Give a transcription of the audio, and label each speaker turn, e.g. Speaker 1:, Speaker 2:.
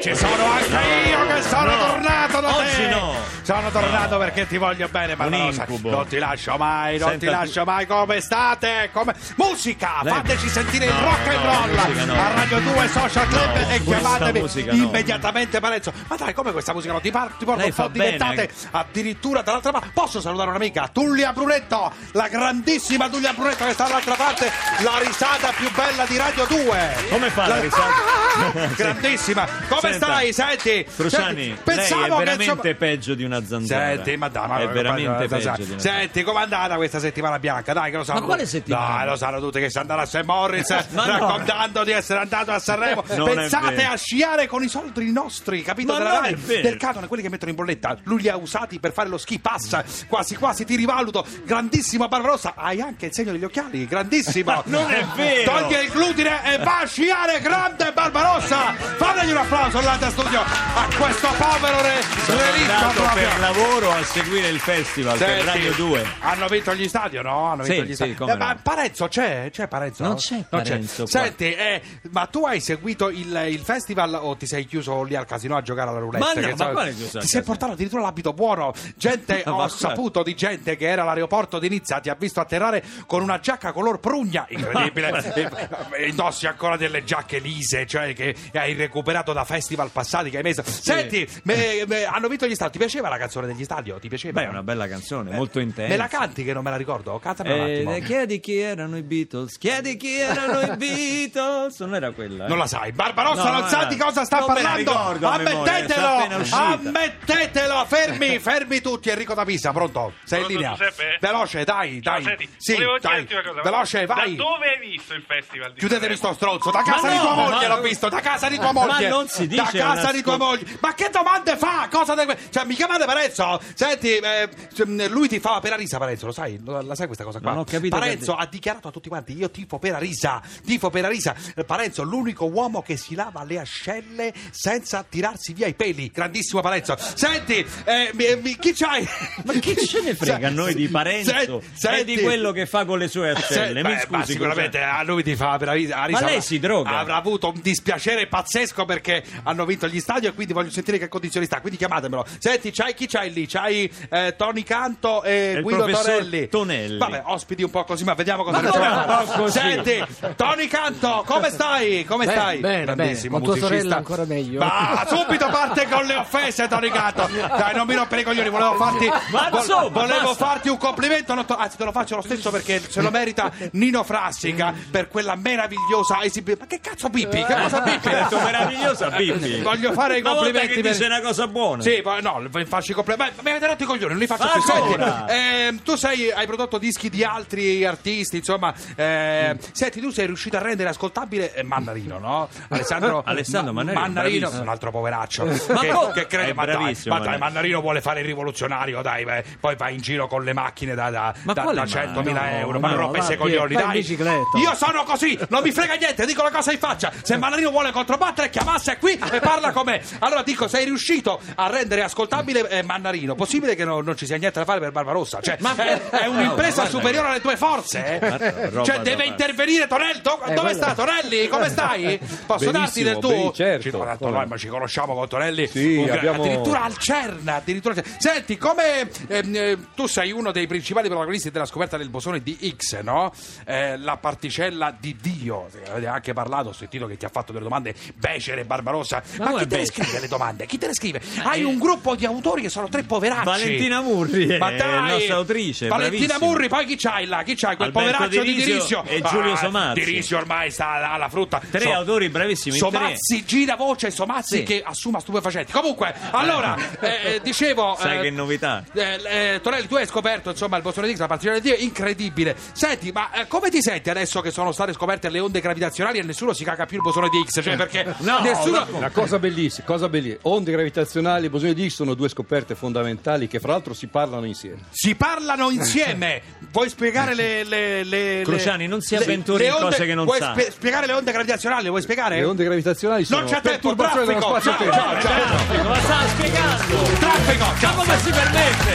Speaker 1: ci sono anche io che sono
Speaker 2: no,
Speaker 1: tornato da
Speaker 2: oggi
Speaker 1: te.
Speaker 2: no.
Speaker 1: Sono tornato perché ti voglio bene, ma
Speaker 2: Un
Speaker 1: no,
Speaker 2: incubo.
Speaker 1: non ti lascio mai, non
Speaker 2: Senta-
Speaker 1: ti lascio mai. Come state? Come... Musica!
Speaker 2: Lei-
Speaker 1: Fateci sentire il
Speaker 2: No,
Speaker 1: rock and
Speaker 2: no,
Speaker 1: roll
Speaker 2: musica no.
Speaker 1: a Radio 2 Social Club
Speaker 2: No,
Speaker 1: e
Speaker 2: questa
Speaker 1: chiamatevi
Speaker 2: musica no.
Speaker 1: immediatamente Parenzo. Ma dai, come questa musica non ti, par- ti porta
Speaker 2: Lei
Speaker 1: un po'
Speaker 2: fa bene.
Speaker 1: diventate addirittura dall'altra parte. Posso salutare un'amica, Tullia Brunetto, la grandissima Tullia Brunetto che sta dall'altra parte, la risata più bella di Radio 2.
Speaker 2: Come fa la risata?
Speaker 1: Ah, grandissima. Come
Speaker 2: Senta.
Speaker 1: stai? Senti,
Speaker 2: Cruciani,
Speaker 1: senti,
Speaker 2: lei è
Speaker 1: che,
Speaker 2: veramente
Speaker 1: insomma-
Speaker 2: peggio di una zanzara.
Speaker 1: Senti, eh, ma dai, ma
Speaker 2: è
Speaker 1: ma-
Speaker 2: veramente
Speaker 1: ma-
Speaker 2: peggio
Speaker 1: ma-
Speaker 2: di una zanzara.
Speaker 1: Senti, com'è andata questa settimana bianca? Dai, che lo sanno.
Speaker 3: quale
Speaker 1: tutti.
Speaker 3: settimana?
Speaker 1: Dai, lo sanno tutti che si andava a St. Morris
Speaker 2: Ma no.
Speaker 1: raccontando di essere andato a Sanremo.
Speaker 2: Non è
Speaker 1: Pensate
Speaker 2: vero.
Speaker 1: a sciare con i soldi nostri, capito?
Speaker 2: Ma
Speaker 1: Della
Speaker 2: non
Speaker 1: Rai,
Speaker 2: è vero.
Speaker 1: del canone, quelli che mettono in bolletta. Lui li ha usati per fare lo ski pass. Quasi quasi ti rivaluto. Grandissima Barbarossa, hai anche il segno degli occhiali, grandissimo.
Speaker 2: Non è vero.
Speaker 1: Togli il glutine e va a sciare, grande Barbarossa. Fategli un applauso all'Anta Studio a questo povero re,
Speaker 2: Sono
Speaker 1: relitto
Speaker 2: andato
Speaker 1: proprio.
Speaker 2: per lavoro a seguire il festival per
Speaker 1: Senti,
Speaker 2: Radio 2.
Speaker 1: Hanno vinto gli stadio, no? Hanno
Speaker 2: Sì,
Speaker 1: vinto gli
Speaker 2: sì,
Speaker 1: stadio.
Speaker 2: come
Speaker 1: Eh, Ma
Speaker 2: no.
Speaker 1: Parenzo c'è? C'è Parenzo?
Speaker 3: Non c'è Parenzo qua.
Speaker 1: Senti, eh, ma tu hai seguito il, il festival o ti sei chiuso lì al casino a giocare alla roulette?
Speaker 2: Ma no,
Speaker 1: Che
Speaker 2: ma quale chiuso al
Speaker 1: Ti sei
Speaker 2: casino?
Speaker 1: portato addirittura l'abito buono. Gente,
Speaker 2: Ma certo.
Speaker 1: ho
Speaker 2: guarda.
Speaker 1: saputo di gente che era all'aeroporto di Nizza, ti ha visto atterrare con una giacca color prugna. Incredibile.
Speaker 2: certo.
Speaker 1: E- e Indossi ancora delle giacche lise, cioè che hai recuperato da festival passati che hai messo. Senti, me- me- hanno vinto gli stadio. Ti piaceva la canzone degli stadio? Ti piaceva?
Speaker 2: Beh, è una bella canzone, molto intensa.
Speaker 1: Eh, Me la canti che non me la ricordo? Cantamela
Speaker 2: Eh,
Speaker 1: un attimo.
Speaker 2: chiedi chi erano i Beatles, chiedi chi erano i Beatles. Non era quella. eh.
Speaker 1: Non la sai, Barbarossa
Speaker 2: No,
Speaker 1: non sa
Speaker 2: no,
Speaker 1: di
Speaker 2: no.
Speaker 1: cosa sta
Speaker 2: Non me la
Speaker 1: parlando.
Speaker 2: ricordo a memoria, sta appena
Speaker 1: ammettetelo,
Speaker 2: uscita.
Speaker 1: ammettetelo, fermi, fermi tutti. Enrico da Pisa, pronto? Sei in
Speaker 4: Pronto,
Speaker 1: linea?
Speaker 4: Giuseppe?
Speaker 1: Veloce, dai,
Speaker 4: Ciao,
Speaker 1: dai.
Speaker 4: senti,
Speaker 1: sì,
Speaker 4: volevo
Speaker 1: dai.
Speaker 4: chiederti una cosa.
Speaker 1: Veloce, vai.
Speaker 4: Da dove hai visto il festival? Di
Speaker 1: Chiudetemi sto
Speaker 4: Sanremo?
Speaker 1: stronzo, da casa
Speaker 2: Ma
Speaker 1: di
Speaker 2: no,
Speaker 1: tua
Speaker 2: ma-
Speaker 1: moglie l'ho visto, da casa di tua moglie.
Speaker 2: non si dice
Speaker 1: Da casa
Speaker 2: una
Speaker 1: di tua
Speaker 2: scu-
Speaker 1: moglie. Ma che domande fa? Cosa deve... Cioè, mi chiamate Parenzo? Senti, eh, cioè, lui ti fa per Arisa, Parenzo, lo sai? Lo- La sai questa cosa qua?
Speaker 2: Non ho capito che
Speaker 1: Parenzo
Speaker 2: ha
Speaker 1: ha dichiarato a tutti quanti, io tifo per Arisa, tifo per Arisa. Eh, Parenzo, l'unico uomo che si lava le ascelle senza tirarsi via i peli. Grandissimo Parenzo. Senti, eh, mi- mi- chi c'hai?
Speaker 2: Ma chi ce ne frega a
Speaker 1: Se-
Speaker 2: noi di Parenzo
Speaker 1: se-
Speaker 2: e di
Speaker 1: senti- Eh,
Speaker 2: quello che fa con le sue
Speaker 1: Cioè,
Speaker 2: ascelle?
Speaker 1: Beh,
Speaker 2: Mi
Speaker 1: ma
Speaker 2: scusi,
Speaker 1: sicuramente a lui ti fa per Arisa. Arisa
Speaker 2: Ma lei
Speaker 1: avrà-
Speaker 2: si droga.
Speaker 1: Avrà avuto un dispiacere pazzesco perché hanno vinto gli stadi e quindi voglio sentire che condizioni sta. Quindi chiamatemelo. Senti, c'hai chi c'hai lì? C'hai eh, Tony Canto e
Speaker 2: il
Speaker 1: Guido
Speaker 2: professor
Speaker 1: Tonelli.
Speaker 2: Tonelli.
Speaker 1: Vabbè, ospiti un po' così, ma vediamo cosa
Speaker 2: Ma
Speaker 1: riescono
Speaker 2: come
Speaker 1: a fare.
Speaker 2: un po' così?
Speaker 1: Senti, Tony Canto, come stai? Come
Speaker 3: Bene,
Speaker 1: stai?
Speaker 3: bene,
Speaker 1: Grandissimo
Speaker 3: bene. Con tua
Speaker 1: musicista.
Speaker 3: sorella ancora meglio.
Speaker 1: Ma subito parte con le offese, Tony Canto. Dai, non mi rompere i coglioni, volevo farti
Speaker 2: Ma
Speaker 1: vo-
Speaker 2: insomma,
Speaker 1: volevo
Speaker 2: basta.
Speaker 1: farti un complimento, non to- anzi te lo faccio lo stesso perché se lo merita Nino Frassica per quella meravigliosa esibizione. Ma che cazzo Pippi? Che cosa Pippi?
Speaker 2: Ha detto meravigliosa, Pippi.
Speaker 1: Voglio fare i
Speaker 2: Una volta
Speaker 1: complimenti
Speaker 2: che
Speaker 1: per-
Speaker 2: dice una cosa buona.
Speaker 1: Sì, poi no, vi faccio i complimenti. Ma Mi avete rotto i coglioni, non li faccio più. Senti,
Speaker 2: Ancora?
Speaker 1: ehm, tu sei, hai prodotto dischi di altri artisti, insomma. ehm,
Speaker 2: Mm.
Speaker 1: Senti, tu sei riuscito a rendere ascoltabile eh, Mannarino, no? Alessandro,
Speaker 2: Alessandro Mannarino, bravissimo.
Speaker 1: un altro poveraccio.
Speaker 2: Ma
Speaker 1: che,
Speaker 2: co-
Speaker 1: che crede,
Speaker 2: È
Speaker 1: ma, dai,
Speaker 2: bravissimo,
Speaker 1: ma dai,
Speaker 2: Mannarino.
Speaker 1: Mannarino vuole fare il rivoluzionario, dai, beh, poi va in giro con le macchine da, da,
Speaker 2: Ma
Speaker 1: da-
Speaker 2: quale
Speaker 1: da
Speaker 2: mai?
Speaker 1: 100.000
Speaker 2: No,
Speaker 1: euro. Ma
Speaker 2: no,
Speaker 1: non rompesse i
Speaker 2: va,
Speaker 1: coglioni,
Speaker 3: vai in
Speaker 1: dai.
Speaker 3: bicicletta.
Speaker 1: Io sono così, non mi frega niente, dico la cosa in faccia. Se Mannarino vuole controbattere, chiamasse qui e parla con me. Allora dico, sei riuscito a rendere ascoltabile eh, Mannarino. Possibile che no- non ci sia niente da fare per Barbarossa? Cioè, è, è un'impresa
Speaker 2: guarda che-
Speaker 1: superiore alle tue forze. eh?
Speaker 2: roba
Speaker 1: Cioè,
Speaker 2: da
Speaker 1: deve
Speaker 2: pazzi.
Speaker 1: intervenire Tonelli. Do- dove sta Tonelli? Come stai? Posso darti del tuo?
Speaker 5: ben- certo.
Speaker 1: Ci- ma tanto noi, ma ci conosciamo con Tonelli.
Speaker 5: Sì,
Speaker 1: Un gra-
Speaker 5: abbiamo-
Speaker 1: Addirittura al Cerna. Addirittura al Cerna. Senti, come ehm, eh, tu sei uno dei principali protagonisti della scoperta del bosone di X, no? Eh, la particella di Dio. Avete anche parlato, ho sentito che ti ha fatto delle domande becere, Barbarossa. Ma,
Speaker 2: come
Speaker 1: chi te le
Speaker 2: becere?
Speaker 1: scrive le domande? Chi te le scrive? Hai un gruppo di autori che sono tre poveracci.
Speaker 2: Valentina Murri, eh,
Speaker 1: Ah, Ma dai,
Speaker 2: la nostra autrice,
Speaker 1: Valentina
Speaker 2: bravissima.
Speaker 1: Murri, poi chi c'hai là? Chi c'hai? Quel
Speaker 2: Alberto
Speaker 1: poveraccio di
Speaker 2: Dirisio
Speaker 1: Dirisio.
Speaker 2: e Giulio
Speaker 1: Ah,
Speaker 2: Somazzi.
Speaker 1: Dirisio ormai sta alla, alla frutta.
Speaker 2: Tre
Speaker 1: So-
Speaker 2: autori bravissimi. in tre.
Speaker 1: Somazzi gira voce, Somazzi
Speaker 2: Sì.
Speaker 1: che assuma stupefacenti. Comunque, allora, eh, eh, dicevo...
Speaker 2: Sai
Speaker 1: eh,
Speaker 2: che novità.
Speaker 1: eh, eh, Tonelli, tu hai scoperto insomma il bosone di X, la particella di Dio, incredibile. Senti, ma eh, come ti senti adesso che sono state scoperte le onde gravitazionali e nessuno si caga più il bosone di X? Cioè, perché
Speaker 2: No,
Speaker 1: nessuno...
Speaker 5: La cosa bellissima, cosa bellissima. Onde gravitazionali e bosone di Higgs sono due scoperte fondamentali che fra l'altro si parlano insieme.
Speaker 1: Si parlano insieme. Vuoi spiegare le. le, le- le-
Speaker 2: Cruciani, non si
Speaker 1: le-
Speaker 2: avventuri in
Speaker 1: le
Speaker 2: cose che non
Speaker 1: vuoi
Speaker 2: sa.
Speaker 1: spie- spiegare le onde gravitazionali? Vuoi spiegare?
Speaker 5: Le onde gravitazionali sono
Speaker 1: Eh. Non c'è tempo,
Speaker 5: perturbazioni dello
Speaker 1: traffico.
Speaker 5: spazio-tempo.
Speaker 1: Ciao, ciao, ciao.
Speaker 2: Ma sta spiegando?
Speaker 1: Traffico, ciao.
Speaker 2: Ma come si permette?